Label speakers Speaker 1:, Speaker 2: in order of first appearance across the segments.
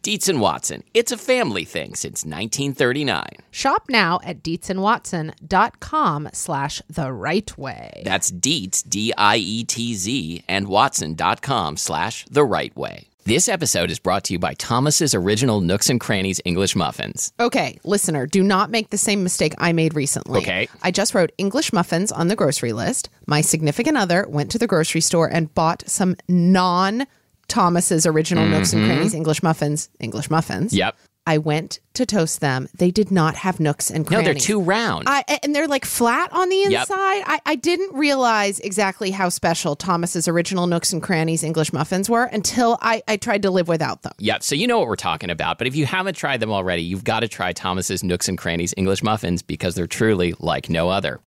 Speaker 1: Dietz and Watson, it's a family thing since 1939.
Speaker 2: Shop now at deetzandwatson.com slash the right way.
Speaker 1: That's Dietz, D I E T Z, and Watson.com slash the right way. This episode is brought to you by Thomas's original Nooks and Crannies English Muffins.
Speaker 2: Okay, listener, do not make the same mistake I made recently.
Speaker 1: Okay.
Speaker 2: I just wrote English muffins on the grocery list. My significant other went to the grocery store and bought some non Thomas's original Nooks
Speaker 1: Mm-hmm.
Speaker 2: and Crannies English muffins, English muffins.
Speaker 1: Yep.
Speaker 2: I went to toast them. They did not have nooks and
Speaker 1: No,
Speaker 2: crannies.
Speaker 1: they're too round.
Speaker 2: I, a- and they're like flat on the inside.
Speaker 1: Yep.
Speaker 2: I, I didn't realize exactly how special Thomas's original nooks and crannies English muffins were until I, I tried to live without them.
Speaker 1: Yep. So you know what we're talking about. But if you haven't tried them already, you've got to try Thomas's Nooks and Crannies English Muffins because they're truly like no other.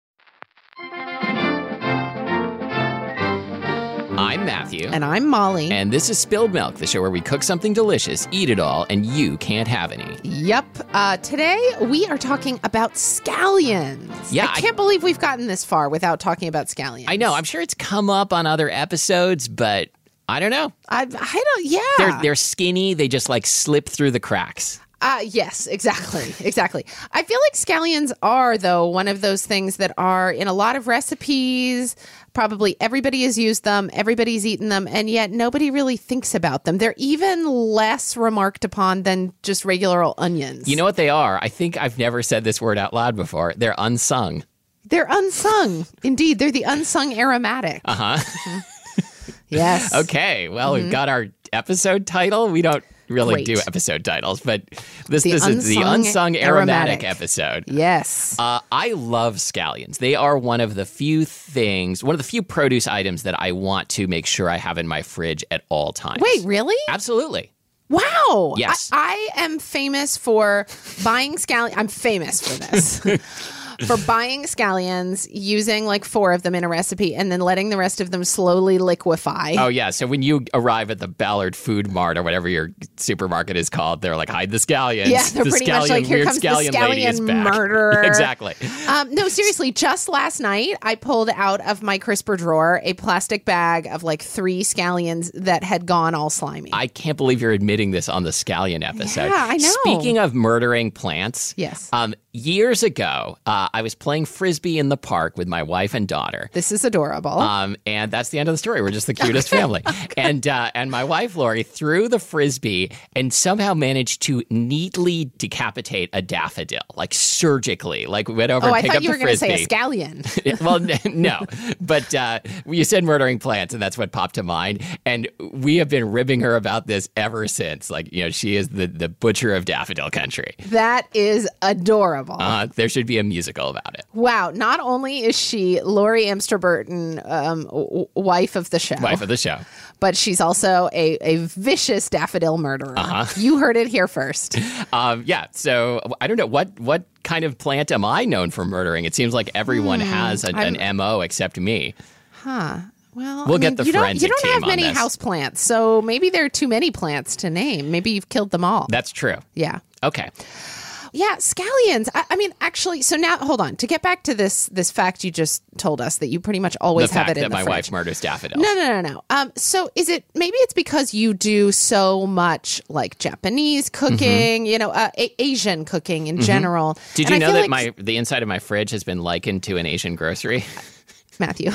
Speaker 1: I'm Matthew.
Speaker 2: And I'm Molly.
Speaker 1: And this is Spilled Milk, the show where we cook something delicious, eat it all, and you can't have any.
Speaker 2: yep. Uh, today we are talking about scallions.
Speaker 1: Yeah,
Speaker 2: I
Speaker 1: I-
Speaker 2: can't believe we've gotten this far without talking about scallions.
Speaker 1: I know, I'm sure it's come up on other episodes, but I don't know.
Speaker 2: I, I don't. Yeah.
Speaker 1: They're, they're skinny, they just like slip through the cracks.
Speaker 2: Uh, yes, exactly. Exactly. I feel like scallions are, though, one of those things that are in a lot of recipes. Probably everybody has used them, everybody's eaten them, and yet nobody really thinks about them. They're even less remarked upon than just regular old onions.
Speaker 1: You know what they are? I think I've never said this word out loud before. They're unsung.
Speaker 2: they're unsung. Indeed, they're the unsung aromatic. Uh huh. yes. Mm-hmm.
Speaker 1: Uh-huh. Okay, well, we've got our episode title. We don't really
Speaker 2: Great.
Speaker 1: do episode titles, but this
Speaker 2: The
Speaker 1: this is the
Speaker 2: unsung
Speaker 1: unsung
Speaker 2: aromatic.
Speaker 1: aromatic, episode.
Speaker 2: Yes.
Speaker 1: Uh, I love scallions. They are one of the few things, one of the few produce items that I want to make sure I have in my fridge at all times.
Speaker 2: Wait, really?
Speaker 1: absolutely.
Speaker 2: Wow.
Speaker 1: Yes.
Speaker 2: I, I am famous for buying scallions. I'm famous for this. for buying scallions, using like four of them in a recipe, and then letting the rest of them slowly liquefy.
Speaker 1: Oh yeah. So when you arrive at the Ballard Food Mart or whatever your supermarket is called, they're like, "Hide the scallions."
Speaker 2: Yeah, they're
Speaker 1: the
Speaker 2: pretty much
Speaker 1: scallion-
Speaker 2: like, "Here
Speaker 1: weird
Speaker 2: comes the
Speaker 1: scallion lady is
Speaker 2: scallion
Speaker 1: back."
Speaker 2: murderer.
Speaker 1: exactly.
Speaker 2: Um, no, seriously, just last night I pulled out of my crisper drawer a plastic bag of like three scallions that had gone all slimy.
Speaker 1: I can't believe you're admitting this on the scallion episode.
Speaker 2: Yeah, I know.
Speaker 1: Speaking of murdering plants,
Speaker 2: Yes.
Speaker 1: Um, years ago, uh, I was playing frisbee in the park with my wife and daughter.
Speaker 2: this is adorable.
Speaker 1: Um, and that's the end of the story. We're just the cutest family. And uh, and my wife Lori threw the frisbee and somehow managed to neatly decapitate a daffodil, like surgically. Like we went over
Speaker 2: oh,
Speaker 1: and
Speaker 2: I
Speaker 1: picked
Speaker 2: thought
Speaker 1: up
Speaker 2: you were
Speaker 1: the
Speaker 2: going to say
Speaker 1: frisbee.
Speaker 2: a scallion.
Speaker 1: Yeah, well, n- no, but uh, you said murdering plants, and that's what popped to mind. And we have been ribbing her about this ever since. Like, you know, she is the, the butcher of daffodil country.
Speaker 2: that is adorable.
Speaker 1: Uh, there should be a musical about it.
Speaker 2: Wow! Not only is she Lori Amster Burton, um, w- w- wife of the show,
Speaker 1: Wife of the show.
Speaker 2: but she's also a, a vicious daffodil murderer.
Speaker 1: Uh-huh.
Speaker 2: You heard it here first.
Speaker 1: Um, yeah. So I don't know what what kind of plant am I known for murdering? It seems like everyone
Speaker 2: Hmm,
Speaker 1: has a, an mo except me.
Speaker 2: Well,
Speaker 1: We'll
Speaker 2: I
Speaker 1: get
Speaker 2: mean,
Speaker 1: the
Speaker 2: you don't, you
Speaker 1: forensic
Speaker 2: don't
Speaker 1: team
Speaker 2: have
Speaker 1: on
Speaker 2: many
Speaker 1: this.
Speaker 2: houseplants, so maybe there are too many plants to name. Maybe you've killed them all.
Speaker 1: That's true.
Speaker 2: yeah.
Speaker 1: Okay.
Speaker 2: Yeah, scallions. I, I mean, actually, so now hold on to get back to this this fact you just told us that you pretty much always
Speaker 1: the
Speaker 2: have
Speaker 1: fact
Speaker 2: it in
Speaker 1: that
Speaker 2: the
Speaker 1: my
Speaker 2: fridge.
Speaker 1: wife murders daffodils.
Speaker 2: No, no, no, no. Um, so is it maybe it's because you do so much like Japanese
Speaker 1: Mm-hmm.
Speaker 2: cooking, you know, uh, A- Asian cooking in general?
Speaker 1: Did
Speaker 2: And
Speaker 1: you
Speaker 2: I
Speaker 1: know
Speaker 2: feel
Speaker 1: that
Speaker 2: like-
Speaker 1: my the inside of my fridge has been likened to an Asian grocery
Speaker 2: Matthew?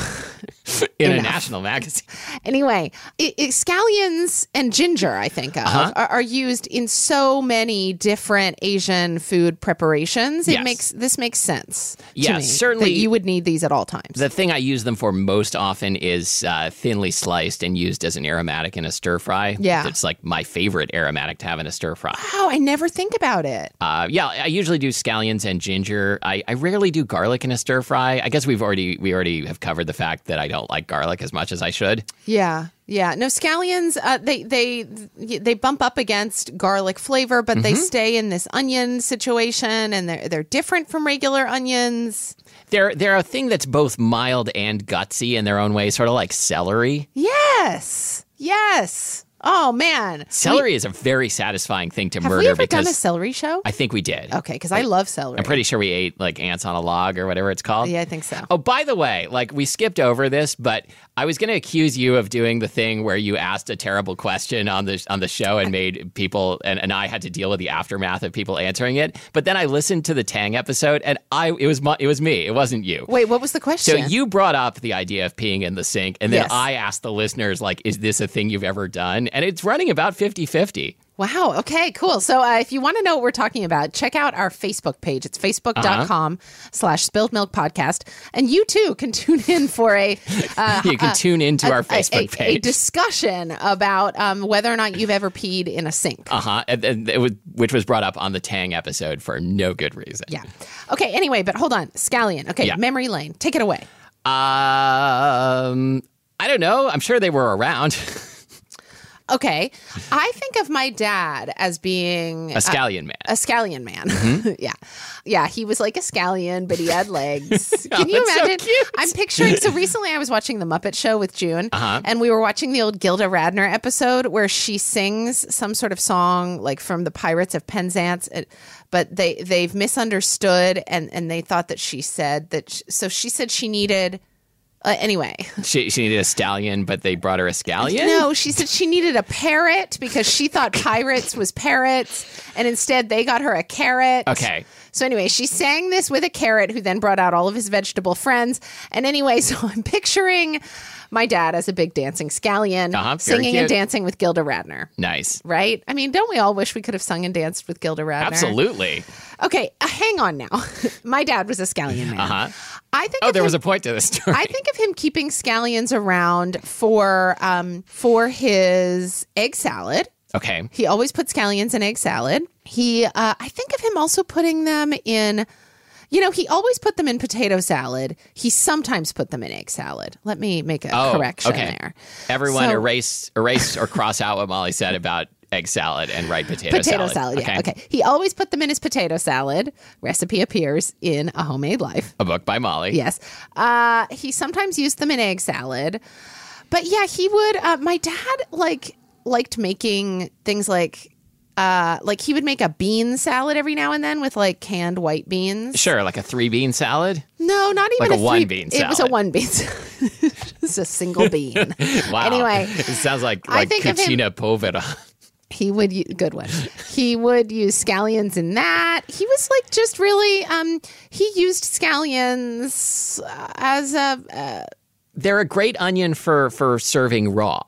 Speaker 1: in a national magazine?
Speaker 2: anyway, i i scallions and ginger, I think of,
Speaker 1: Uh-huh.
Speaker 2: are, are used in so many different Asian food preparations. It
Speaker 1: Yes.
Speaker 2: makes this makes sense. to
Speaker 1: Yeah,
Speaker 2: me,
Speaker 1: certainly-
Speaker 2: that you would need these at all times.
Speaker 1: The thing I use them for most often is uh, thinly sliced and used as an aromatic in a stir fry.
Speaker 2: Yeah.
Speaker 1: it's like my favorite aromatic to have in a stir fry.
Speaker 2: wow, I never think about it.
Speaker 1: Uh, yeah, I usually do scallions and ginger. I, I rarely do garlic in a stir fry. I guess we've already we already have covered the fact that I don't like garlic as much as I should.
Speaker 2: Yeah, yeah. No, scallions. Uh, they they they bump up against garlic flavor, but
Speaker 1: Mm-hmm.
Speaker 2: they stay in this onion situation, and they're they're different from regular onions.
Speaker 1: They're they're a thing that's both mild and gutsy in their own way, sort of like celery.
Speaker 2: Yes, yes. Oh man,
Speaker 1: Celery is a very satisfying thing to
Speaker 2: have
Speaker 1: murder
Speaker 2: we ever
Speaker 1: because
Speaker 2: done a celery show?
Speaker 1: I think we did.
Speaker 2: okay, because I love celery.
Speaker 1: I'm pretty sure we ate like ants on a log or whatever it's called.
Speaker 2: yeah, I think so.
Speaker 1: Oh, by the way, like we skipped over this, but I was going to accuse you of doing the thing where you asked a terrible question on the on the show and made people and, and I had to deal with the aftermath of people answering it. But then I listened to the Tang episode, and I it was my, it was me, it wasn't you.
Speaker 2: Wait, what was the
Speaker 1: So
Speaker 2: question?
Speaker 1: you brought up the idea of peeing in the sink, and then
Speaker 2: Yes.
Speaker 1: I asked the listeners, like, is this a thing you've ever done? And it's running about 50 50.
Speaker 2: Wow. Okay, cool. So uh, if you want to know what we're talking about, check out our Facebook page.
Speaker 1: Uh-huh.
Speaker 2: It's facebook.com slash spilled milk podcast. And you too can tune in for a, uh,
Speaker 1: You can tune into our
Speaker 2: a-
Speaker 1: Facebook
Speaker 2: a,
Speaker 1: page.
Speaker 2: a discussion about um, whether or not you've ever peed in a sink.
Speaker 1: uh huh. And, and it was, which was brought up on the Tang episode for no good reason.
Speaker 2: yeah. Okay, anyway, but hold on. Scallion. Okay,
Speaker 1: Yeah.
Speaker 2: memory lane. Take it away.
Speaker 1: Um, I don't know. I'm sure they were around.
Speaker 2: Okay. I think of my dad as being
Speaker 1: a scallion man.
Speaker 2: a scallion man.
Speaker 1: Mm-hmm.
Speaker 2: yeah. Yeah. He was like a scallion, but he had legs. Can you
Speaker 1: that's so
Speaker 2: imagine?
Speaker 1: cute.
Speaker 2: I'm picturing. So recently I was watching The Muppet Show with June,
Speaker 1: Uh-huh.
Speaker 2: and we were watching the old Gilda Radner episode where she sings some sort of song like from the Pirates of Penzance. It- but they, they've misunderstood and, and they thought that she said that. sh so she said she needed. Uh, anyway,
Speaker 1: she, she needed a stallion, but they brought her a scallion.
Speaker 2: no, she said she needed a parrot because she thought pirates was parrots, and instead they got her a carrot.
Speaker 1: Okay.
Speaker 2: So anyway, she sang this with a carrot who then brought out all of his vegetable friends. And anyway, so I'm picturing my dad as a big dancing scallion
Speaker 1: Uh-huh, very
Speaker 2: singing and
Speaker 1: cute.
Speaker 2: dancing with Gilda Radner.
Speaker 1: Nice.
Speaker 2: Right? I mean, don't we all wish we could have sung and danced with Gilda Radner?
Speaker 1: Absolutely.
Speaker 2: Okay, uh, hang on now. my dad was a scallion man.
Speaker 1: Uh-huh.
Speaker 2: I think
Speaker 1: Oh,
Speaker 2: of
Speaker 1: there
Speaker 2: him-
Speaker 1: was a point to this story.
Speaker 2: I think of him keeping scallions around for um, for his egg salad.
Speaker 1: okay.
Speaker 2: He always put scallions in egg salad. He, uh, I think of him also putting them in. You know, he always put them in potato salad. He sometimes put them in egg salad. Let me make a
Speaker 1: Oh,
Speaker 2: correction
Speaker 1: okay.
Speaker 2: there.
Speaker 1: Everyone
Speaker 2: So-
Speaker 1: erase erase or cross out what Molly said about egg salad and write potato,
Speaker 2: Potato salad. yeah. Okay. He always put them in his potato salad. Recipe appears in A Homemade Life.
Speaker 1: A book by Molly.
Speaker 2: Yes. Uh, he sometimes used them in egg salad. But yeah, he would. Uh, my dad like liked making things like, uh, like he would make a bean salad every now and then with like canned white beans.
Speaker 1: Sure, like a three bean salad.
Speaker 2: No, not even
Speaker 1: Like a
Speaker 2: three-
Speaker 1: one bean
Speaker 2: It was a
Speaker 1: salad.
Speaker 2: one bean. salad. Just a single bean.
Speaker 1: Wow.
Speaker 2: Anyway,
Speaker 1: it sounds like
Speaker 2: I
Speaker 1: like
Speaker 2: think of him-
Speaker 1: Cucina Povera.
Speaker 2: He would u- good one. He would use scallions in that. He was like just really. Um, he used scallions uh, as a
Speaker 1: They're a great onion for for serving raw.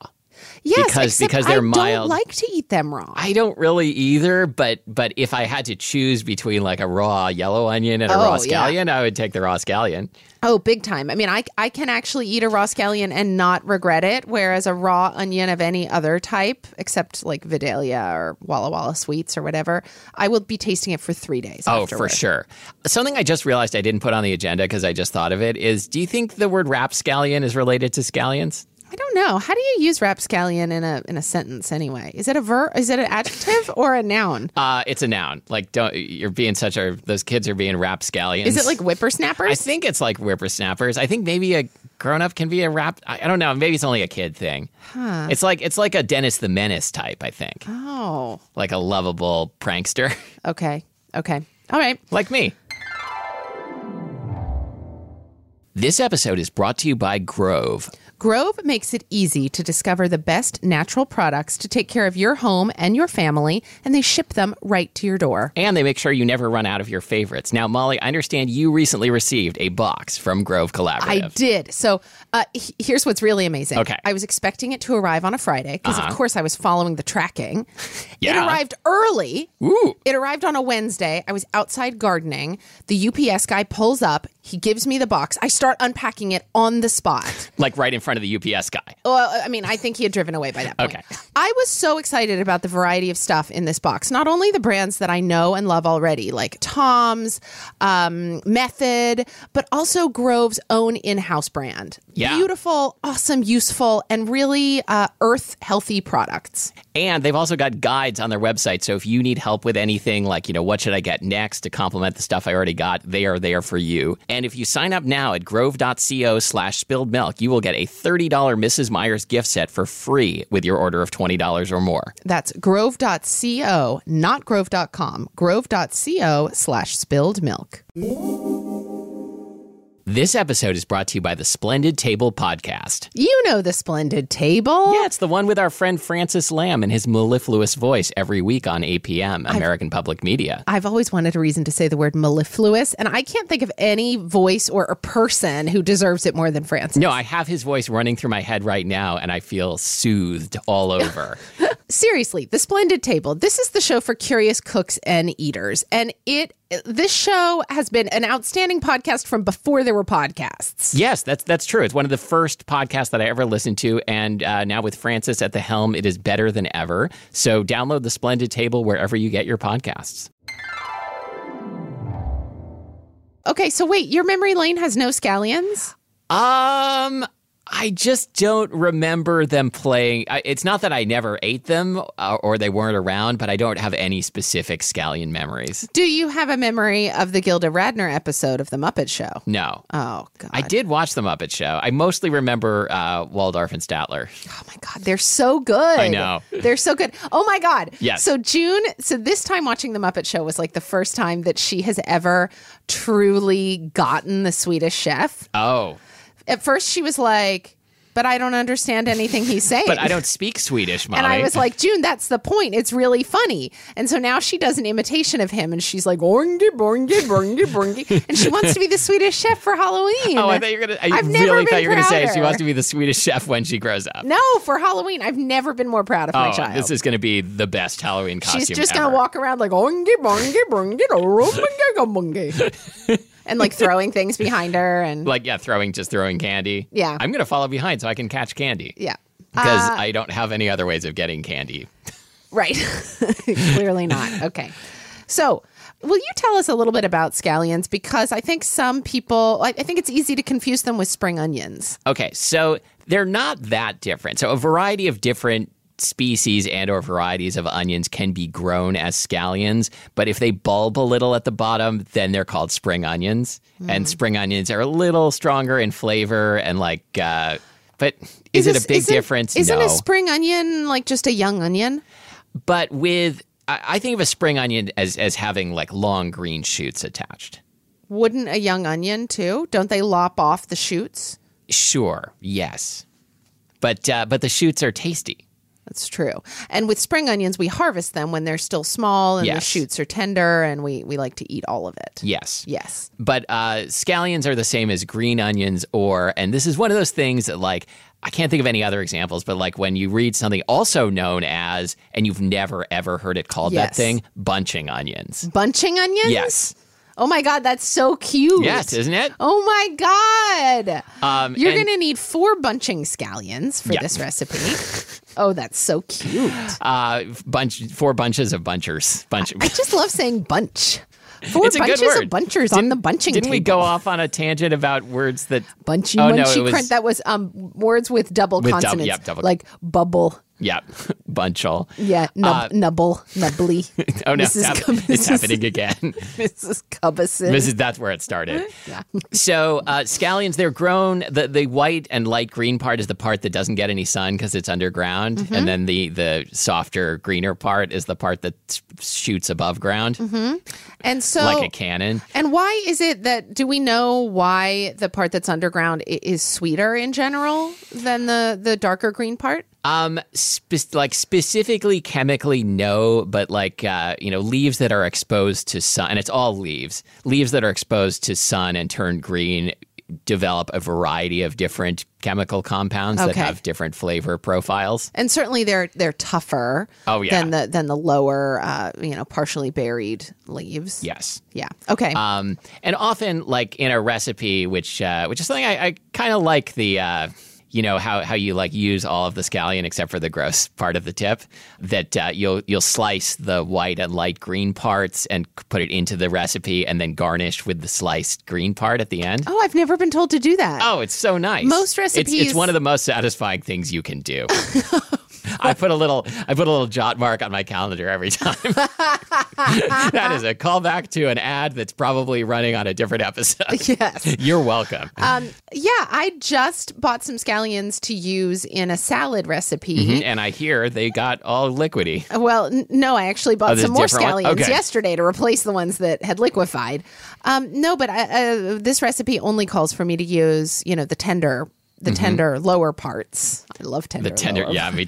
Speaker 2: Yes,
Speaker 1: Because-
Speaker 2: except
Speaker 1: because they're
Speaker 2: I
Speaker 1: mild.
Speaker 2: don't like to eat them raw.
Speaker 1: I don't really either, but but if I had to choose between like a raw yellow onion and a raw
Speaker 2: Oh, yeah.
Speaker 1: scallion, I would take the raw scallion.
Speaker 2: oh, big time. I mean, I I can actually eat a raw scallion and not regret it, whereas a raw onion of any other type, except like Vidalia or Walla Walla sweets or whatever, I will be tasting it for three days.
Speaker 1: Oh,
Speaker 2: afterward.
Speaker 1: for sure. Something I just realized I didn't put on the agenda because I just thought of it is: Do you think the word rapscallion is related to scallions?
Speaker 2: I don't know. How do you use rapscallion in a in a sentence anyway? Is it a verb? Is it an adjective or a noun?
Speaker 1: Uh, it's a noun. Like, don't you're being such a those kids are being rapscallions.
Speaker 2: Is it like
Speaker 1: I
Speaker 2: whippersnappers?
Speaker 1: think it's like whippersnappers. I think maybe a grown up can be a rap. I, I don't know. Maybe it's only a kid thing. It's like it's like a Dennis the Menace type. I think
Speaker 2: oh,
Speaker 1: like a lovable prankster.
Speaker 2: okay, okay. All right.
Speaker 1: like me. This episode is brought to you by Grove.
Speaker 2: Grove makes it easy to discover the best natural products to take care of your home and your family, and they ship them right to your door.
Speaker 1: And they make sure you never run out of your favorites. Now, Molly, I understand you recently received a box from Grove Collaborative.
Speaker 2: I did. So uh, he- here's what's really amazing.
Speaker 1: Okay. Uh-huh.
Speaker 2: I was expecting it to arrive on a Friday because, of course, I was following the tracking.
Speaker 1: Yeah.
Speaker 2: It arrived early.
Speaker 1: Ooh.
Speaker 2: It arrived on a Wednesday. I was outside gardening. The UPS guy pulls up. He gives me the box. I start unpacking it on the spot.
Speaker 1: Like right in front of the UPS guy.
Speaker 2: Well, I mean, I think he had driven away by that point.
Speaker 1: Okay.
Speaker 2: I was so excited about the variety of stuff in this box. Not only the brands that I know and love already, like Tom's, um, Method, but also Grove's own in-house brand.
Speaker 1: Yeah.
Speaker 2: Beautiful, awesome, useful, and really uh, earth-healthy products.
Speaker 1: And they've also got guides on their website. So if you need help with anything, like, you know, what should I get next to complement the stuff I already got, they are there for you. And if you sign up now at grove.co slash spilled milk, you will get a $30 Mrs. Myers gift set for free with your order of $20 or more.
Speaker 2: That's grove.co, not grove.com. Grove.co slash spilled milk.
Speaker 1: This episode is brought to you by the Splendid Table Podcast.
Speaker 2: You know the splendid table.
Speaker 1: Yeah, it's the one with our friend Francis Lamb and his mellifluous voice every week on APM, American Public Media.
Speaker 2: I've always wanted a reason to say the word mellifluous, and I can't think of any voice or a person who deserves it more than Francis.
Speaker 1: No, I have his voice running through my head right now, and I feel soothed all over.
Speaker 2: Seriously, The Splendid Table. This is the show for curious cooks and eaters. And it this show has been an outstanding podcast from before there were podcasts.
Speaker 1: Yes, that's that's true. It's one of the first podcasts that I ever listened to, and uh, now with Francis at the helm, it is better than ever. So download the Splendid Table wherever you get your podcasts.
Speaker 2: Okay, so wait, your memory lane has no scallions?
Speaker 1: Um, I just don't remember them playing. I, it's not that I never ate them uh, or they weren't around, but I don't have any specific scallion memories.
Speaker 2: Do you have a memory of the Gilda Radner episode of The Muppet Show?
Speaker 1: No.
Speaker 2: Oh god.
Speaker 1: I did watch the Muppet Show. I mostly remember uh, Waldorf and Statler.
Speaker 2: Oh my god, they're so good. I
Speaker 1: know.
Speaker 2: They're so good. Oh my god.
Speaker 1: Yes.
Speaker 2: So June, so this time watching the Muppet Show was like the first time that she has ever truly gotten the Swedish chef.
Speaker 1: Oh,
Speaker 2: At first she was like, but I don't understand anything he's saying.
Speaker 1: but I don't speak Swedish, Molly.
Speaker 2: and I was like, June, that's the point. It's really funny. And so now she does an imitation of him and she's like, orngi, borngi, borngi, borngi. And she wants to be the Swedish chef for Halloween.
Speaker 1: Oh, I thought you were gonna. I
Speaker 2: I've never
Speaker 1: really thought
Speaker 2: been
Speaker 1: you were gonna say she
Speaker 2: prouder.
Speaker 1: wants to be the Swedish chef when she grows up.
Speaker 2: No, for Halloween. I've never been more proud of my
Speaker 1: Oh,
Speaker 2: child.
Speaker 1: this is gonna be the best Halloween costume.
Speaker 2: She's just
Speaker 1: ever.
Speaker 2: gonna walk around like ongi bongi bongi do, rumbungi, gumbungi." and like throwing things behind her and
Speaker 1: Like yeah, throwing just throwing candy.
Speaker 2: Yeah.
Speaker 1: I'm gonna follow behind so I can catch candy.
Speaker 2: yeah.
Speaker 1: Because
Speaker 2: Uh,
Speaker 1: I don't have any other ways of getting candy.
Speaker 2: Right. Clearly not. Okay. So will you tell us a little bit about scallions? Because I think some people I, I think it's easy to confuse them with spring onions.
Speaker 1: Okay, so they're not that different. So a variety of different species and or varieties of onions can be grown as scallions, but if they bulb a little at the bottom, then they're called spring onions.
Speaker 2: Hmm.
Speaker 1: And spring onions are a little stronger in flavor and like uh but is, it
Speaker 2: this-
Speaker 1: a big
Speaker 2: isn't-
Speaker 1: difference?
Speaker 2: Isn't
Speaker 1: no.
Speaker 2: a spring onion like just a young onion?
Speaker 1: but with I, I think of a spring onion as as having like long green shoots attached.
Speaker 2: Wouldn't a young onion too? Don't they lop off the shoots?
Speaker 1: Sure, yes. But uh, but the shoots are tasty.
Speaker 2: That's true. And with spring onions, we harvest them when they're still small and the
Speaker 1: Yes.
Speaker 2: shoots are tender, and we, we like to eat all of it.
Speaker 1: Yes.
Speaker 2: Yes.
Speaker 1: But uh, scallions are the same as green onions, or, and this is one of those things that, like, I can't think of any other examples, but like when you read something also known as, and you've never ever heard it called that
Speaker 2: Yes.
Speaker 1: thing, bunching onions.
Speaker 2: Bunching onions?
Speaker 1: Yes.
Speaker 2: Oh my God, that's so cute.
Speaker 1: Yes, isn't it?
Speaker 2: Oh my God.
Speaker 1: Um,
Speaker 2: You're
Speaker 1: and-
Speaker 2: going to need four bunching scallions for
Speaker 1: Yeah.
Speaker 2: this recipe. oh, that's so cute.
Speaker 1: Uh, bunch, four bunches of bunchers. Bunch.
Speaker 2: I just love saying bunch. Four
Speaker 1: It's a good
Speaker 2: bunches
Speaker 1: word.
Speaker 2: of bunchers on the bunching
Speaker 1: Didn't we
Speaker 2: table.
Speaker 1: go off on a tangent about words that
Speaker 2: Bunchy,
Speaker 1: Oh, no,
Speaker 2: munchy,
Speaker 1: it was-
Speaker 2: crunch. That was um, words with double
Speaker 1: With dub-
Speaker 2: consonants,
Speaker 1: yep, double-
Speaker 2: like bubble,
Speaker 1: Yeah, bunchel.
Speaker 2: Yeah, nub- nubble, nubbly.
Speaker 1: Uh, Oh no,
Speaker 2: Mrs.
Speaker 1: it's, hap-
Speaker 2: Cummins.
Speaker 1: it's happening again.
Speaker 2: Mrs. Cubberson.
Speaker 1: This is that's where it started. So uh, scallions, they're grown. The the white and light green part is the part that doesn't get any sun because it's underground, and then the the softer greener part is the part that s- shoots above ground
Speaker 2: and so,
Speaker 1: like a cannon.
Speaker 2: and why is it that do we know why the part that's underground i- is sweeter in general than the the darker green part?
Speaker 1: Um, spe- like specifically chemically, no, but like uh, you know, leaves that are exposed to sun, and it's all leaves. Leaves that are exposed to sun and turn green develop a variety of different chemical compounds that
Speaker 2: Okay.
Speaker 1: have different flavor profiles.
Speaker 2: And certainly they're they're tougher.
Speaker 1: Oh, yeah.
Speaker 2: Than the than the lower, uh, you know, partially buried leaves.
Speaker 1: Yes.
Speaker 2: Yeah. Okay.
Speaker 1: Um, and often, like in a recipe, which uh, which is something I, I kind of like the. Uh, you know how, how you like use all of the scallion except for the gross part of the tip. That uh, you'll you'll slice the white and light green parts and c- put it into the recipe, and then garnish with the sliced green part at the end.
Speaker 2: oh, I've never been told to do that.
Speaker 1: Oh, it's so nice.
Speaker 2: Most
Speaker 1: It's- It's,
Speaker 2: recipes-
Speaker 1: one of the most satisfying things you can do. I put a little I put a little jot mark on my calendar every time. that is a callback to an ad that's probably running on a different episode.
Speaker 2: Yes.
Speaker 1: You're welcome.
Speaker 2: Um, yeah, I just bought some scallions to use in a salad recipe.
Speaker 1: Mm-hmm. and I hear they got all liquidy.
Speaker 2: Well, n- no, I actually bought
Speaker 1: Oh, there's
Speaker 2: some more
Speaker 1: different ones?
Speaker 2: scallions
Speaker 1: Okay.
Speaker 2: yesterday to replace the ones that had liquefied. Um, no, but I, uh, this recipe only calls for me to use, you know, the tender, the tender lower parts. I love tender.
Speaker 1: Mm-hmm. The tender,
Speaker 2: lower.
Speaker 1: yeah, me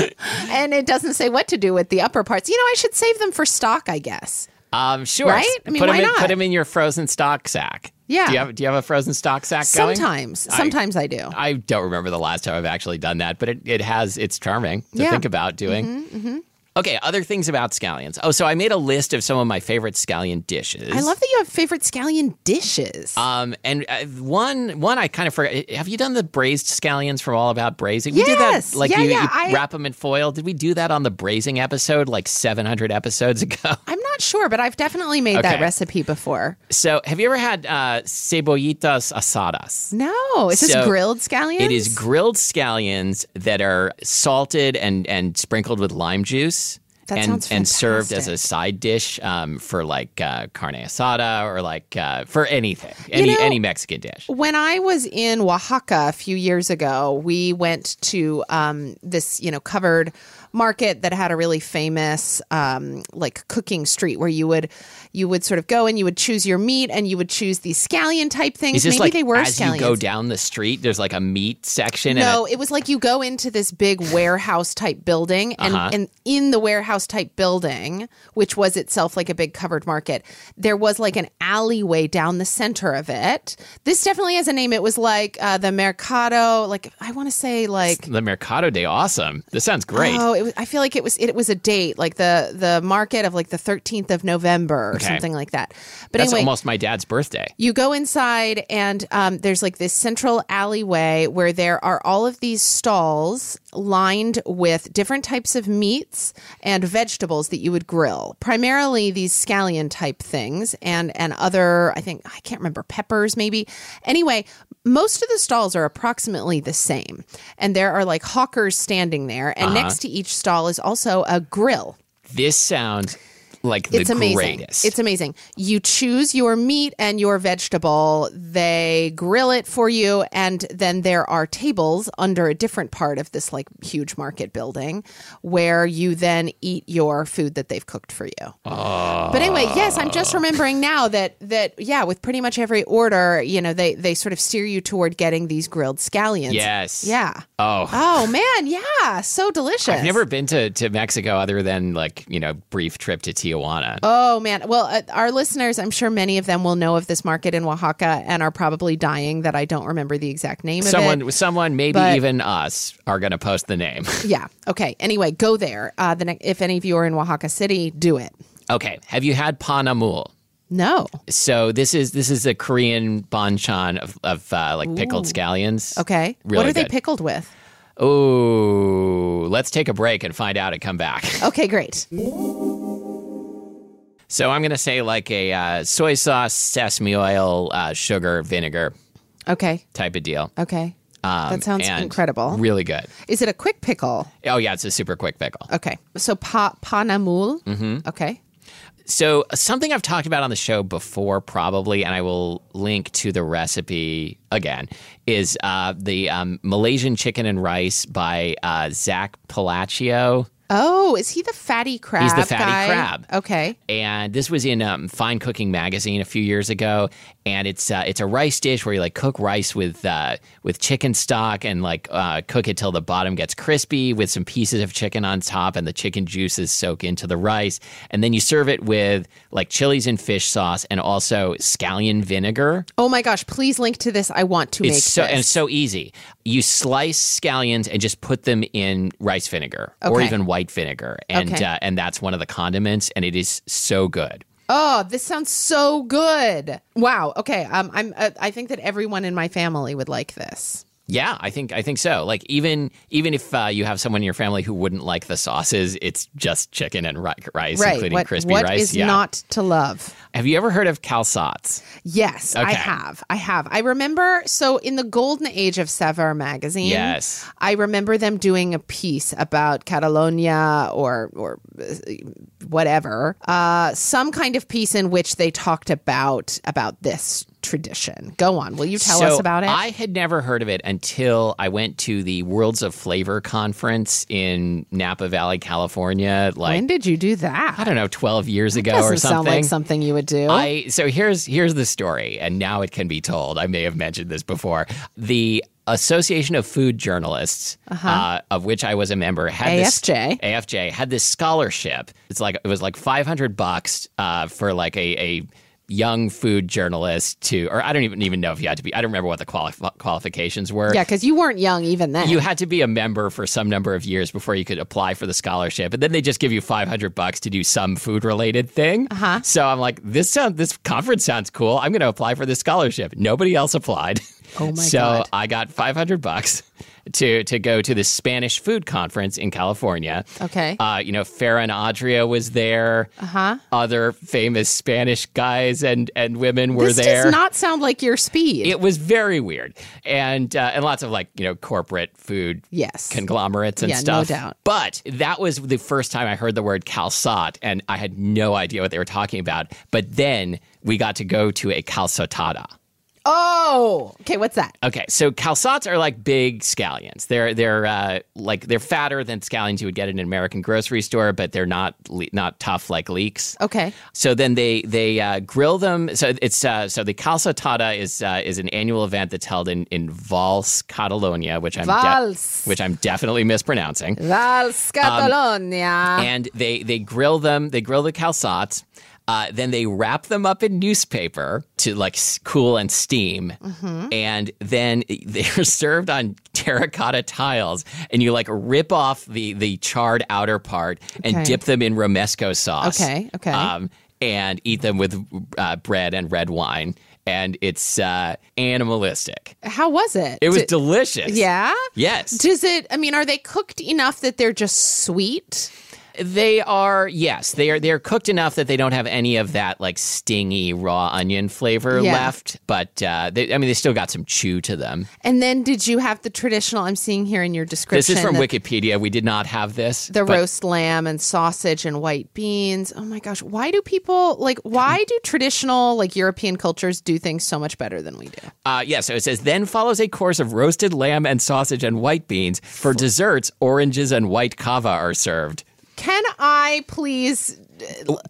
Speaker 1: too.
Speaker 2: And it doesn't say what to do with the upper parts. You know, I should save them for stock, I guess.
Speaker 1: Um, sure.
Speaker 2: Right? I mean,
Speaker 1: put
Speaker 2: why
Speaker 1: them in, Put
Speaker 2: not?
Speaker 1: them in your frozen stock sack.
Speaker 2: Yeah.
Speaker 1: Do you have Do you have a frozen stock sack going?
Speaker 2: Sometimes, sometimes I do.
Speaker 1: I don't remember the last time I've actually done that, but it, it has it's charming to
Speaker 2: Yeah. Mm-hmm,
Speaker 1: think about doing. Okay, other things about scallions. Oh, so I made a list of some of my favorite scallion dishes.
Speaker 2: I love that you have favorite scallion dishes.
Speaker 1: Um, and uh, one one I kind of forgot. eh, Have you done the braised scallions from All About Braising? We did
Speaker 2: Yes.
Speaker 1: that. Like
Speaker 2: Yeah,
Speaker 1: you,
Speaker 2: yeah,
Speaker 1: you
Speaker 2: I-
Speaker 1: wrap them in foil. Did we do that on the braising episode like 700 episodes ago?
Speaker 2: I'm not sure, but I've definitely made that
Speaker 1: Okay.
Speaker 2: recipe before.
Speaker 1: So, have you ever had uh, cebollitas asadas?
Speaker 2: No, is this
Speaker 1: So,
Speaker 2: grilled scallions?
Speaker 1: It is grilled scallions that are salted and and sprinkled with lime juice.
Speaker 2: That
Speaker 1: and,
Speaker 2: sounds
Speaker 1: and served as a
Speaker 2: fantastic.
Speaker 1: side dish um, for like uh, carne asada or like uh, for anything, any
Speaker 2: know-
Speaker 1: any Mexican dish.
Speaker 2: When I was in Oaxaca a few years ago, we went to um, this, you know, covered market that had a really famous um, like cooking street where you would you would sort of go and you would choose your meat and you would choose these scallion type things.
Speaker 1: It's just
Speaker 2: Maybe
Speaker 1: like
Speaker 2: they were
Speaker 1: as
Speaker 2: scallions.
Speaker 1: you go down the street, there's like a meat section.
Speaker 2: No, it was like you go into this big warehouse type building, and,
Speaker 1: Uh-huh.
Speaker 2: and in the warehouse type building, which was itself like a big covered market, there was like an alleyway down the center of it. This definitely has a name. It was like uh, the Mercado, like I want to say like.
Speaker 1: And a, the Mercado de Awesome. This sounds great.
Speaker 2: Oh, it was, I feel like it was it, was a date like the the market of like the thirteenth of November or
Speaker 1: Okay.
Speaker 2: something like that. But
Speaker 1: That's
Speaker 2: anyway,
Speaker 1: almost my dad's birthday.
Speaker 2: you go inside, and um, there's like this central alleyway where there are all of these stalls lined with different types of meats and vegetables that you would grill. Primarily these scallion type things, and and other I think I can't remember peppers maybe. Anyway, most of the stalls are approximately the same, and there are like hawkers standing there, and next to each stall is also a grill
Speaker 1: This sounds like the
Speaker 2: it's amazing.
Speaker 1: greatest.
Speaker 2: It's amazing. You choose your meat and your vegetable. They grill it for you, and then there are tables under a different part of this like huge market building where you then eat your food that they've cooked for you.
Speaker 1: Ah.
Speaker 2: But anyway, yes, I'm just remembering now that that yeah, with pretty much every order, you know, they they sort of steer you toward getting these grilled scallions.
Speaker 1: yes.
Speaker 2: Yeah.
Speaker 1: Oh.
Speaker 2: Oh man, yeah, so delicious.
Speaker 1: I've never been to, to Mexico other than like, you know, brief trip to Tijuana.
Speaker 2: Oh man! Well, uh, our listeners, I'm sure many of them will know of this market in Oaxaca and are probably dying that I don't remember the exact name of
Speaker 1: someone
Speaker 2: it.
Speaker 1: someone maybe
Speaker 2: but-
Speaker 1: even us are going to post the name
Speaker 2: Yeah. Okay. Anyway, go there. Uh, the ne- if any of you are in Oaxaca City, do it.
Speaker 1: okay have you had panamul
Speaker 2: No.
Speaker 1: so this is this is a korean banchan of, of uh, like pickled scallions
Speaker 2: Okay. what
Speaker 1: Really
Speaker 2: are they
Speaker 1: good.
Speaker 2: pickled with?
Speaker 1: oh let's take a break and find out and come back
Speaker 2: Okay, great.
Speaker 1: so i'm going to say like a uh, soy sauce sesame oil uh, sugar vinegar
Speaker 2: Okay.
Speaker 1: type of deal
Speaker 2: Okay.
Speaker 1: Um,
Speaker 2: That sounds
Speaker 1: and
Speaker 2: incredible.
Speaker 1: Really good.
Speaker 2: Is it a quick pickle?
Speaker 1: Oh yeah, it's a super quick pickle.
Speaker 2: Okay. So pa- panamul. Mm-hmm. Okay.
Speaker 1: So something I've talked about on the show before, probably, and I will link to the recipe again, is uh, the um, Malaysian chicken and rice by uh, Zach Palacio.
Speaker 2: Oh, is he the fatty crab?
Speaker 1: He's the fatty
Speaker 2: guy?
Speaker 1: crab.
Speaker 2: Okay.
Speaker 1: and this was in um, Fine Cooking magazine a few years ago. And it's uh, it's a rice dish where you like cook rice with uh, with chicken stock and like uh, cook it till the bottom gets crispy with some pieces of chicken on top, and the chicken juices soak into the rice, and then you serve it with like chilies and fish sauce, and also scallion vinegar.
Speaker 2: Oh my gosh! Please link to this. I want to make
Speaker 1: It's so
Speaker 2: this.
Speaker 1: and it's so easy. You slice scallions and just put them in rice vinegar or
Speaker 2: Okay.
Speaker 1: even white vinegar, and
Speaker 2: Okay.
Speaker 1: uh, and that's one of the condiments, and it is so good.
Speaker 2: Oh, this sounds so good! Wow. Okay. Um, I'm. Uh, I think that everyone in my family would like this.
Speaker 1: Yeah, I think I think so. Like even even if uh, you have someone in your family who wouldn't like the sauces, it's just chicken and ri- rice,
Speaker 2: Right.
Speaker 1: including
Speaker 2: what
Speaker 1: crispy
Speaker 2: what
Speaker 1: rice.
Speaker 2: is
Speaker 1: yeah.
Speaker 2: not to love?
Speaker 1: have you ever heard of calçots?
Speaker 2: Yes, I
Speaker 1: Okay.
Speaker 2: have. I have. I remember. So in the golden age of Sever magazine,
Speaker 1: Yes.
Speaker 2: I remember them doing a piece about Catalonia or or uh, whatever, uh, some kind of piece in which they talked about about this tradition. Go on. Will you tell
Speaker 1: so
Speaker 2: us about it?
Speaker 1: I had never heard of it until I went to the Worlds of Flavor conference in Napa Valley, California. Like
Speaker 2: when did you do that?
Speaker 1: I don't know, twelve years ago
Speaker 2: doesn't
Speaker 1: or
Speaker 2: sound
Speaker 1: something.
Speaker 2: like something you would do.
Speaker 1: I so here's here's the story, and now it can be told. I may have mentioned this before. The Association of Food Journalists, uh, of which I was a member, had
Speaker 2: AFJ.
Speaker 1: this AFJ had this scholarship. It's like it was like five hundred bucks uh, for like a. a young food journalist to or i don't even even know if you had to be i don't remember what the quali- qualifications were
Speaker 2: yeah, because you weren't young even then.
Speaker 1: you had to be a member for some number of years before you could apply for the scholarship, and then they just give you five hundred bucks to do some food related thing. Uh-huh. So I'm like, this sound, this conference sounds cool. I'm going to apply for this scholarship. Nobody else applied.
Speaker 2: Oh my
Speaker 1: so
Speaker 2: God.
Speaker 1: I got five hundred bucks to to go to this Spanish food conference in California.
Speaker 2: Okay.
Speaker 1: Uh, you know, Farron Adria was there. Uh-huh. Other famous Spanish guys and and women were
Speaker 2: this
Speaker 1: there.
Speaker 2: does not sound like your speed.
Speaker 1: It was very weird, and uh, and lots of like you know corporate food
Speaker 2: Yes.
Speaker 1: conglomerates and
Speaker 2: Yeah, no
Speaker 1: stuff.
Speaker 2: doubt.
Speaker 1: But that was the first time I heard the word calçot, and I had no idea what they were talking about. But then we got to go to a calçotada.
Speaker 2: oh, okay. What's that?
Speaker 1: Okay, so calçots are like big scallions. They're they're uh, like they're fatter than scallions you would get in an American grocery store, but they're not le- not tough like leeks.
Speaker 2: Okay.
Speaker 1: So then they they uh, grill them. So it's uh, so the calçotada is uh, is an annual event that's held in in Vals, Catalonia, which I'm de-
Speaker 2: Vals.
Speaker 1: which I'm definitely mispronouncing. Um,
Speaker 2: Vals Catalonia.
Speaker 1: And they they grill them. They grill the calçots. Uh, then they wrap them up in newspaper to like s- cool and steam,
Speaker 2: Mm-hmm.
Speaker 1: and then they're served on terracotta tiles. And you like rip off the the charred outer part and
Speaker 2: Okay.
Speaker 1: dip them in romesco sauce.
Speaker 2: Okay, okay.
Speaker 1: Um, and eat them with uh, bread and red wine, and it's uh, animalistic.
Speaker 2: How was it?
Speaker 1: It was
Speaker 2: Did-
Speaker 1: delicious.
Speaker 2: yeah.
Speaker 1: Yes.
Speaker 2: Does it? I mean, are they cooked enough that they're just sweet?
Speaker 1: They are yes, they are they are cooked enough that they don't have any of that like stingy raw onion flavor
Speaker 2: Yeah.
Speaker 1: left. But uh, they, I mean, they still got some chew to them.
Speaker 2: And then, did you have the traditional? I'm seeing here in your description.
Speaker 1: This is from
Speaker 2: that
Speaker 1: Wikipedia. We did not have this.
Speaker 2: The
Speaker 1: but
Speaker 2: roast lamb and sausage and white beans. Oh my gosh! Why do people like? Why do traditional like European cultures do things so much better than we do?
Speaker 1: Uh, yeah, so it says then follows a course of roasted lamb and sausage and white beans. For desserts, oranges and white kava are served.
Speaker 2: Can I please?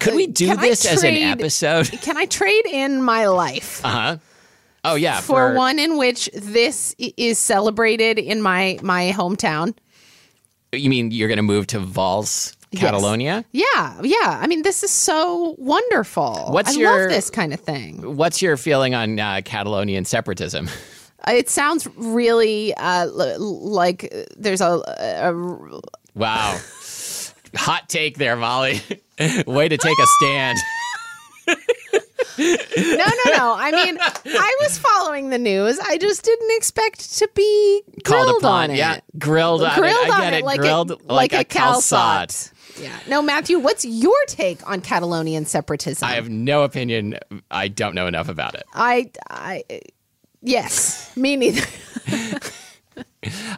Speaker 1: Could we do
Speaker 2: uh, Can I
Speaker 1: this as an
Speaker 2: trade-
Speaker 1: episode?
Speaker 2: Can I trade in my life?
Speaker 1: Uh-huh. Oh yeah,
Speaker 2: for one in which this i- is celebrated in my my hometown.
Speaker 1: You mean you're going to move to Vals,
Speaker 2: Yes.
Speaker 1: Catalonia?
Speaker 2: Yeah, yeah. I mean, this is so wonderful.
Speaker 1: What's
Speaker 2: I
Speaker 1: your-
Speaker 2: love this kind of thing.
Speaker 1: What's your feeling on uh, Catalonian separatism?
Speaker 2: Uh, It sounds really uh, l- like uh, there's a, a
Speaker 1: Wow. Hot take there, Molly. Way to take a stand.
Speaker 2: no, no, no. I mean, I was following the news. I just didn't expect to be
Speaker 1: Called
Speaker 2: grilled
Speaker 1: upon.
Speaker 2: on it.
Speaker 1: Yeah. Grilled on
Speaker 2: grilled
Speaker 1: it. I
Speaker 2: on
Speaker 1: get
Speaker 2: it,
Speaker 1: it.
Speaker 2: like
Speaker 1: grilled
Speaker 2: a,
Speaker 1: like, a calçot.
Speaker 2: Yeah. No, Matthew, what's your take on Catalonian separatism?
Speaker 1: I have no opinion. I don't know enough about it.
Speaker 2: I, I, yes, me neither.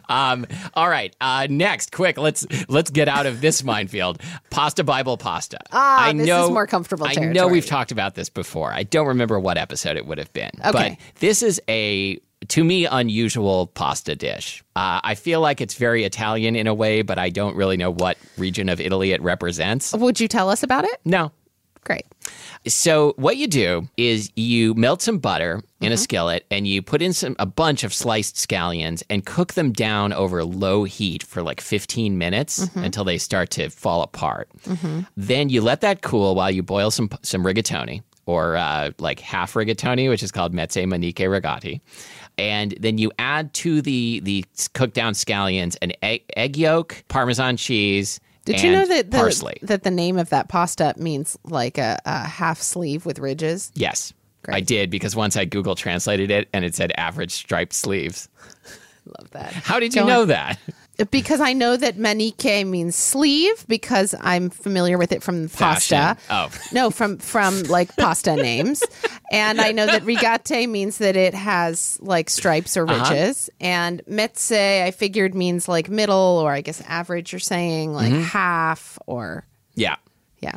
Speaker 1: Um, all right, uh, next, quick, let's let's get out of this minefield. Pasta Bible pasta.
Speaker 2: Ah, this is more comfortable
Speaker 1: I know
Speaker 2: territory.
Speaker 1: we've talked about this before. I don't remember what episode it would have been,
Speaker 2: Okay.
Speaker 1: but this is a to me unusual pasta dish. Uh, I feel like it's very Italian in a way, but I don't really know what region of Italy it represents.
Speaker 2: Would you tell us about it?
Speaker 1: No,
Speaker 2: Great.
Speaker 1: so what you do is you melt some butter in
Speaker 2: Mm-hmm.
Speaker 1: a skillet and you put in some a bunch of sliced scallions and cook them down over low heat for like 15 minutes
Speaker 2: Mm-hmm.
Speaker 1: until they start to fall apart. Then you let that cool while you boil some some rigatoni or uh, like half rigatoni, which is called mezze maniche rigati. And then you add to the the cooked down scallions an egg, egg yolk, parmesan cheese,
Speaker 2: Did
Speaker 1: and
Speaker 2: you know that the,
Speaker 1: parsley.
Speaker 2: that the name of that pasta means like a, a half sleeve with ridges?
Speaker 1: Yes.
Speaker 2: Great.
Speaker 1: I did because once I Google translated it and it said average striped sleeves.
Speaker 2: Love that.
Speaker 1: How did you
Speaker 2: Don't-
Speaker 1: know that?
Speaker 2: Because I know that manique means sleeve because I'm familiar with it from pasta.
Speaker 1: Fashion. Oh.
Speaker 2: No, from from like pasta names. And I know that rigate means that it has like stripes or
Speaker 1: Uh-huh.
Speaker 2: ridges. And mezze I figured means like middle or I guess average you're saying like
Speaker 1: Mm-hmm.
Speaker 2: half or
Speaker 1: Yeah.
Speaker 2: yeah.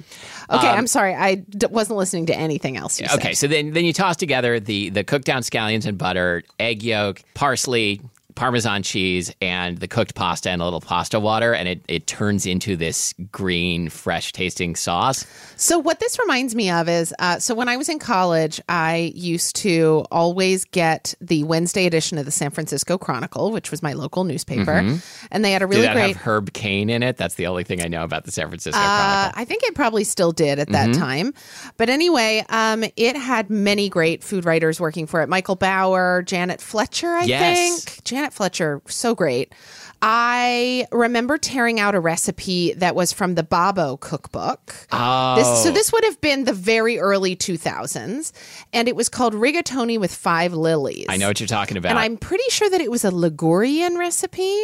Speaker 2: Okay, I'm sorry. I d- wasn't listening to anything else you said.
Speaker 1: Um, Okay. So then, then you toss together the, the cooked down scallions and butter, egg yolk, parsley, Parmesan cheese, and the cooked pasta and a little pasta water, and it, it turns into this green, fresh tasting sauce.
Speaker 2: So what this reminds me of is, uh, so when I was in college, I used to always get the Wednesday edition of the San Francisco Chronicle, which was my local newspaper, and they had a
Speaker 1: Mm-hmm. Did
Speaker 2: really
Speaker 1: that
Speaker 2: great.
Speaker 1: have Herb Kane in it? That's the only thing I know about the San Francisco
Speaker 2: uh,
Speaker 1: Chronicle.
Speaker 2: I think it probably still did at
Speaker 1: Mm-hmm.
Speaker 2: that time, but anyway, um, it had many great food writers working for it. Michael Bauer, Janet Fletcher, I
Speaker 1: Yes.
Speaker 2: think. Janet Fletcher, so great. I remember tearing out a recipe that was from the Babo cookbook.
Speaker 1: Oh,
Speaker 2: This, so this would have been the very early 2000s, and it was called rigatoni with five lilies.
Speaker 1: I know what you're talking about.
Speaker 2: and I'm pretty sure that it was a Ligurian recipe.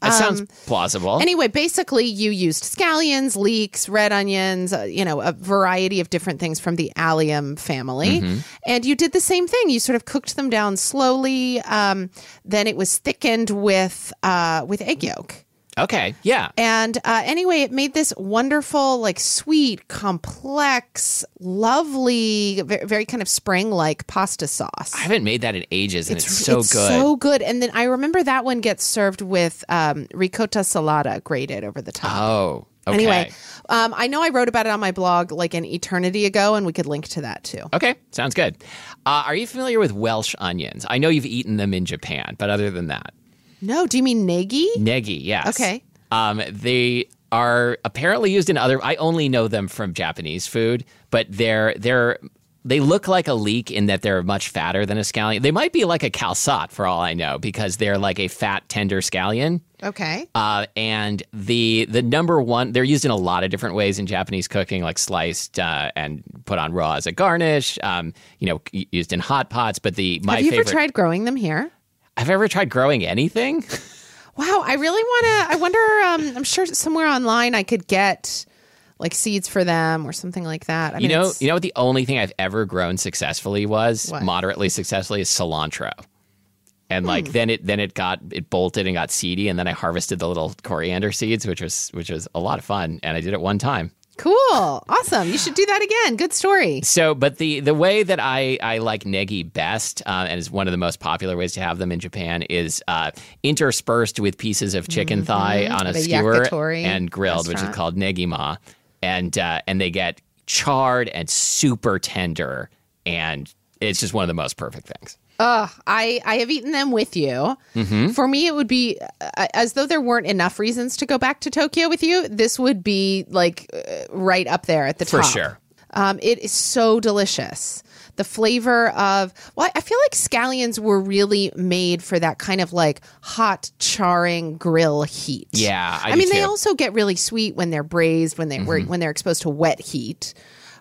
Speaker 1: that
Speaker 2: um,
Speaker 1: sounds plausible.
Speaker 2: Anyway, basically, you used scallions, leeks, red onions, uh, you know, a variety of different things from the allium family.
Speaker 1: Mm-hmm.
Speaker 2: And you did the same thing. You sort of cooked them down slowly. Um, then it was thickened with uh, with egg yolk.
Speaker 1: okay. Yeah.
Speaker 2: And uh, anyway, it made this wonderful, like sweet, complex, lovely, ve- very kind of spring like pasta sauce.
Speaker 1: I haven't made that in ages, and it's, so
Speaker 2: it's
Speaker 1: good.
Speaker 2: So good. And then I remember that one gets served with um, ricotta salata grated over the top.
Speaker 1: Oh, okay.
Speaker 2: Anyway, um, I know I wrote about it on my blog like an eternity ago, and we could link to that too.
Speaker 1: Okay, sounds good. Uh, are you familiar with Welsh onions? I know you've eaten them in Japan, but other than that,
Speaker 2: No, do you mean negi?
Speaker 1: negi, yes.
Speaker 2: Okay.
Speaker 1: Um, they are apparently used in other. I only know them from Japanese food, but they're they're they look like a leek in that they're much fatter than a scallion. They might be like a calçote for all I know because they're like a fat tender scallion.
Speaker 2: Okay.
Speaker 1: Uh, and the the number one, they're used in a lot of different ways in Japanese cooking, like sliced uh, and put on raw as a garnish. Um, you know, c- used in hot pots. But the my
Speaker 2: Have you
Speaker 1: favorite,
Speaker 2: ever tried growing them here?
Speaker 1: I've ever tried growing anything.
Speaker 2: Wow, I really want to. I wonder. Um, I'm sure somewhere online I could get like seeds for them or something like that. I
Speaker 1: You
Speaker 2: mean,
Speaker 1: know,
Speaker 2: it's-
Speaker 1: you know what the only thing I've ever grown successfully was
Speaker 2: What?
Speaker 1: moderately successfully is cilantro. And
Speaker 2: Hmm.
Speaker 1: like then it then it got it bolted and got seedy, and then I harvested the little coriander seeds, which was which was a lot of fun, and I did it one time.
Speaker 2: cool, awesome. You should do that again. Good story.
Speaker 1: So, but the the way that I I like negi best, uh, and is one of the most popular ways to have them in Japan, is uh, interspersed with pieces of chicken thigh on a
Speaker 2: Mm-hmm. The
Speaker 1: skewer
Speaker 2: yakitori
Speaker 1: and grilled, which
Speaker 2: restaurant.
Speaker 1: is called negima, and uh, and they get charred and super tender, and it's just one of the most perfect things.
Speaker 2: Ugh, I I have eaten them with you.
Speaker 1: Mm-hmm.
Speaker 2: For me, it would be uh, as though there weren't enough reasons to go back to Tokyo with you. This would be like uh, right up there at the
Speaker 1: For
Speaker 2: top
Speaker 1: sure.
Speaker 2: Um, it is so delicious. The flavor of well, I feel like scallions were really made for that kind of like hot charring grill heat.
Speaker 1: Yeah, I
Speaker 2: I,
Speaker 1: do
Speaker 2: mean they
Speaker 1: too.
Speaker 2: also get really sweet when they're braised when they were
Speaker 1: Mm-hmm.
Speaker 2: when they're exposed to wet heat.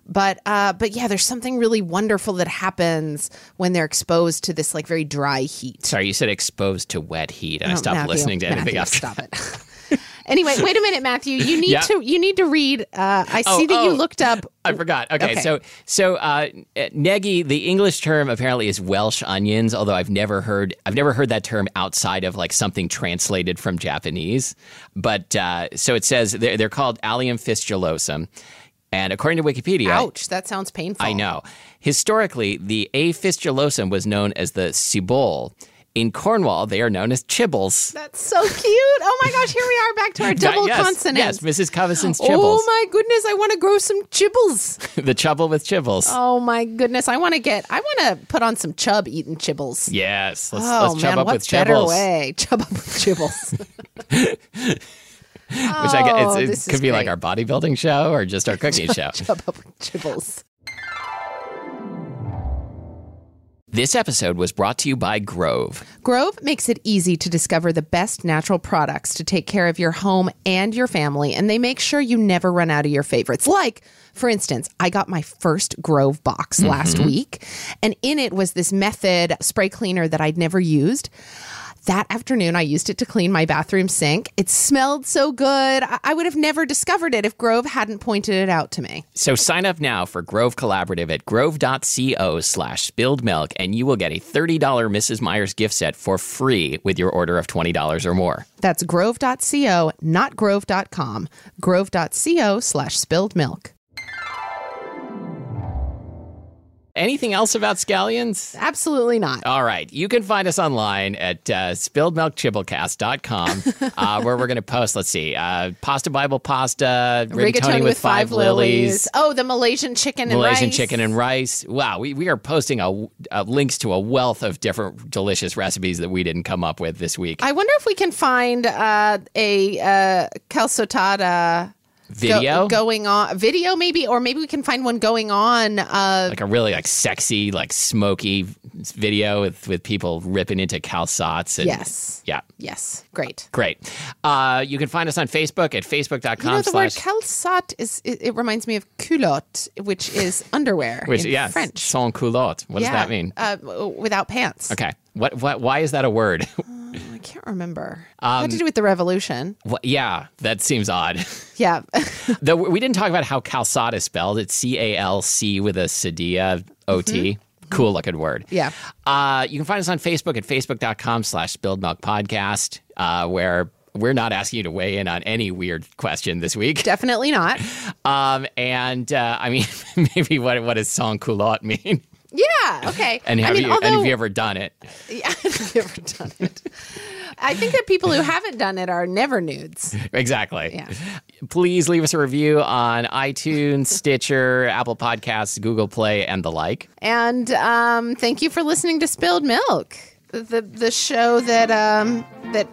Speaker 2: But uh, but yeah, there's something really wonderful that happens when they're exposed to this like very dry heat.
Speaker 1: Sorry, you said exposed to wet heat, and I
Speaker 2: Oh,
Speaker 1: stopped
Speaker 2: Matthew,
Speaker 1: listening to anything
Speaker 2: Matthew,
Speaker 1: after.
Speaker 2: Stop it. Anyway, wait a minute, Matthew. You need
Speaker 1: Yeah.
Speaker 2: to you need to read. Uh, I see that you
Speaker 1: oh.
Speaker 2: looked up.
Speaker 1: I forgot. Okay,
Speaker 2: Okay.
Speaker 1: so so uh, negi, the English term apparently is Welsh onions. Although I've never heard I've never heard that term outside of like something translated from Japanese. But uh, so it says they're, they're called Allium fistulosum, and according to Wikipedia,
Speaker 2: Ouch, that sounds painful.
Speaker 1: I know. Historically, the A. fistulosum was known as the cibole. In Cornwall, they are known as chibbles.
Speaker 2: That's so cute. Oh my gosh, here we are back to our double
Speaker 1: yes, Yes,
Speaker 2: consonants.
Speaker 1: Mrs. Covison's chibbles.
Speaker 2: oh my goodness, I want to grow some chibbles.
Speaker 1: the trouble with chibbles.
Speaker 2: Oh my goodness, I want to get, I want to put on some chub eating chibbles.
Speaker 1: Yes, let's,
Speaker 2: Oh
Speaker 1: let's chub
Speaker 2: man,
Speaker 1: up
Speaker 2: what
Speaker 1: with
Speaker 2: better
Speaker 1: chibbles.
Speaker 2: way? Chub up with chibbles.
Speaker 1: Which I
Speaker 2: Oh,
Speaker 1: guess
Speaker 2: this
Speaker 1: it's, it
Speaker 2: is
Speaker 1: could be like
Speaker 2: great.
Speaker 1: our bodybuilding show or just our cooking show.
Speaker 2: chub up with chibbles.
Speaker 1: This episode was brought to you by Grove.
Speaker 2: Grove makes it easy to discover the best natural products to take care of your home and your family, and they make sure you never run out of your favorites. Like, for instance, I got my first Grove box
Speaker 1: Mm-hmm.
Speaker 2: last week, and in it was this method spray cleaner that I'd never used. That afternoon, I used it to clean my bathroom sink. It smelled so good. I I would have never discovered it if Grove hadn't pointed it out to me.
Speaker 1: So sign up now for Grove Collaborative at grove.co slash spilled milk, and you will get a $30 Mrs. Myers gift set for free with your order of $20 or more.
Speaker 2: That's grove.co, not grove.com. Grove.co slash spilled milk.
Speaker 1: Anything else about scallions?
Speaker 2: Absolutely not.
Speaker 1: All right. You can find us online at uh, spilledmilkchibblecast.com, uh, where we're going to post, let's see, uh, Pasta Bible Pasta, Rigatoni, with, Five Lilies.
Speaker 2: Oh, the Malaysian chicken and
Speaker 1: Malaysian
Speaker 2: rice.
Speaker 1: chicken and rice. Wow, we, we are posting a, uh links to a wealth of different delicious recipes that we didn't come up with this week.
Speaker 2: I wonder if we can find uh, a uh, calcettada go-
Speaker 1: Video,
Speaker 2: going on video, maybe, or maybe we can find one going on. Uh,
Speaker 1: like a really like sexy, like smoky video with with people ripping into calzots. And,
Speaker 2: yes,
Speaker 1: Yeah.
Speaker 2: yes, great.
Speaker 1: Great. Uh, you can find us on Facebook at facebook.com
Speaker 2: You know, the word
Speaker 1: slash
Speaker 2: calçat is it, it reminds me of culotte, which is underwear
Speaker 1: which
Speaker 2: in
Speaker 1: yeah
Speaker 2: French.
Speaker 1: sans culotte. What does
Speaker 2: Yeah,
Speaker 1: that mean?
Speaker 2: Uh, w- without pants.
Speaker 1: Okay. What, what why is that a word?
Speaker 2: I can't remember. Had
Speaker 1: Um,
Speaker 2: to do with the revolution.
Speaker 1: what, yeah, that seems odd.
Speaker 2: Yeah.
Speaker 1: Though we didn't talk about how calzada is spelled. It's C A L C with a cedilla O T. Cool looking word.
Speaker 2: Mm-hmm. Yeah.
Speaker 1: Uh, you can find us on Facebook at facebook.com slash spilled milk podcast, uh, where we're not asking you to weigh in on any weird question this week.
Speaker 2: Definitely not.
Speaker 1: Um, and uh, I mean, maybe what, what does sans culotte mean?
Speaker 2: Yeah. Okay.
Speaker 1: And have,
Speaker 2: I mean,
Speaker 1: you,
Speaker 2: although,
Speaker 1: and have you ever done it?
Speaker 2: Yeah, I've never done it. I think that people who haven't done it are never nudes.
Speaker 1: Exactly.
Speaker 2: Yeah.
Speaker 1: Please leave us a review on iTunes, Stitcher, Apple Podcasts, Google Play, and the like.
Speaker 2: And um, thank you for listening to Spilled Milk, the the show that um, that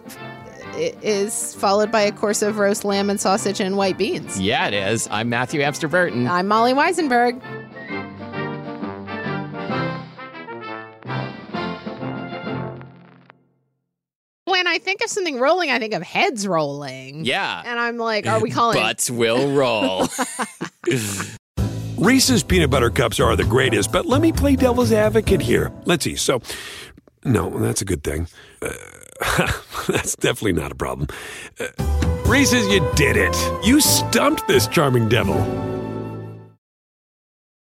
Speaker 2: i- is followed by a course of roast lamb and sausage and white beans.
Speaker 1: Yeah, it is. I'm Matthew Amster Burton.
Speaker 2: I'm Molly Weisenberg. When I think of something rolling, I think of heads rolling.
Speaker 1: Yeah.
Speaker 2: And I'm like, are we calling
Speaker 1: Butts will roll.
Speaker 3: Reese's peanut butter cups are the greatest, but let me play devil's advocate here. Let's see. So, no, that's a good thing. Uh, that's definitely not a problem. Uh, Reese's, you did it. You stumped this charming devil.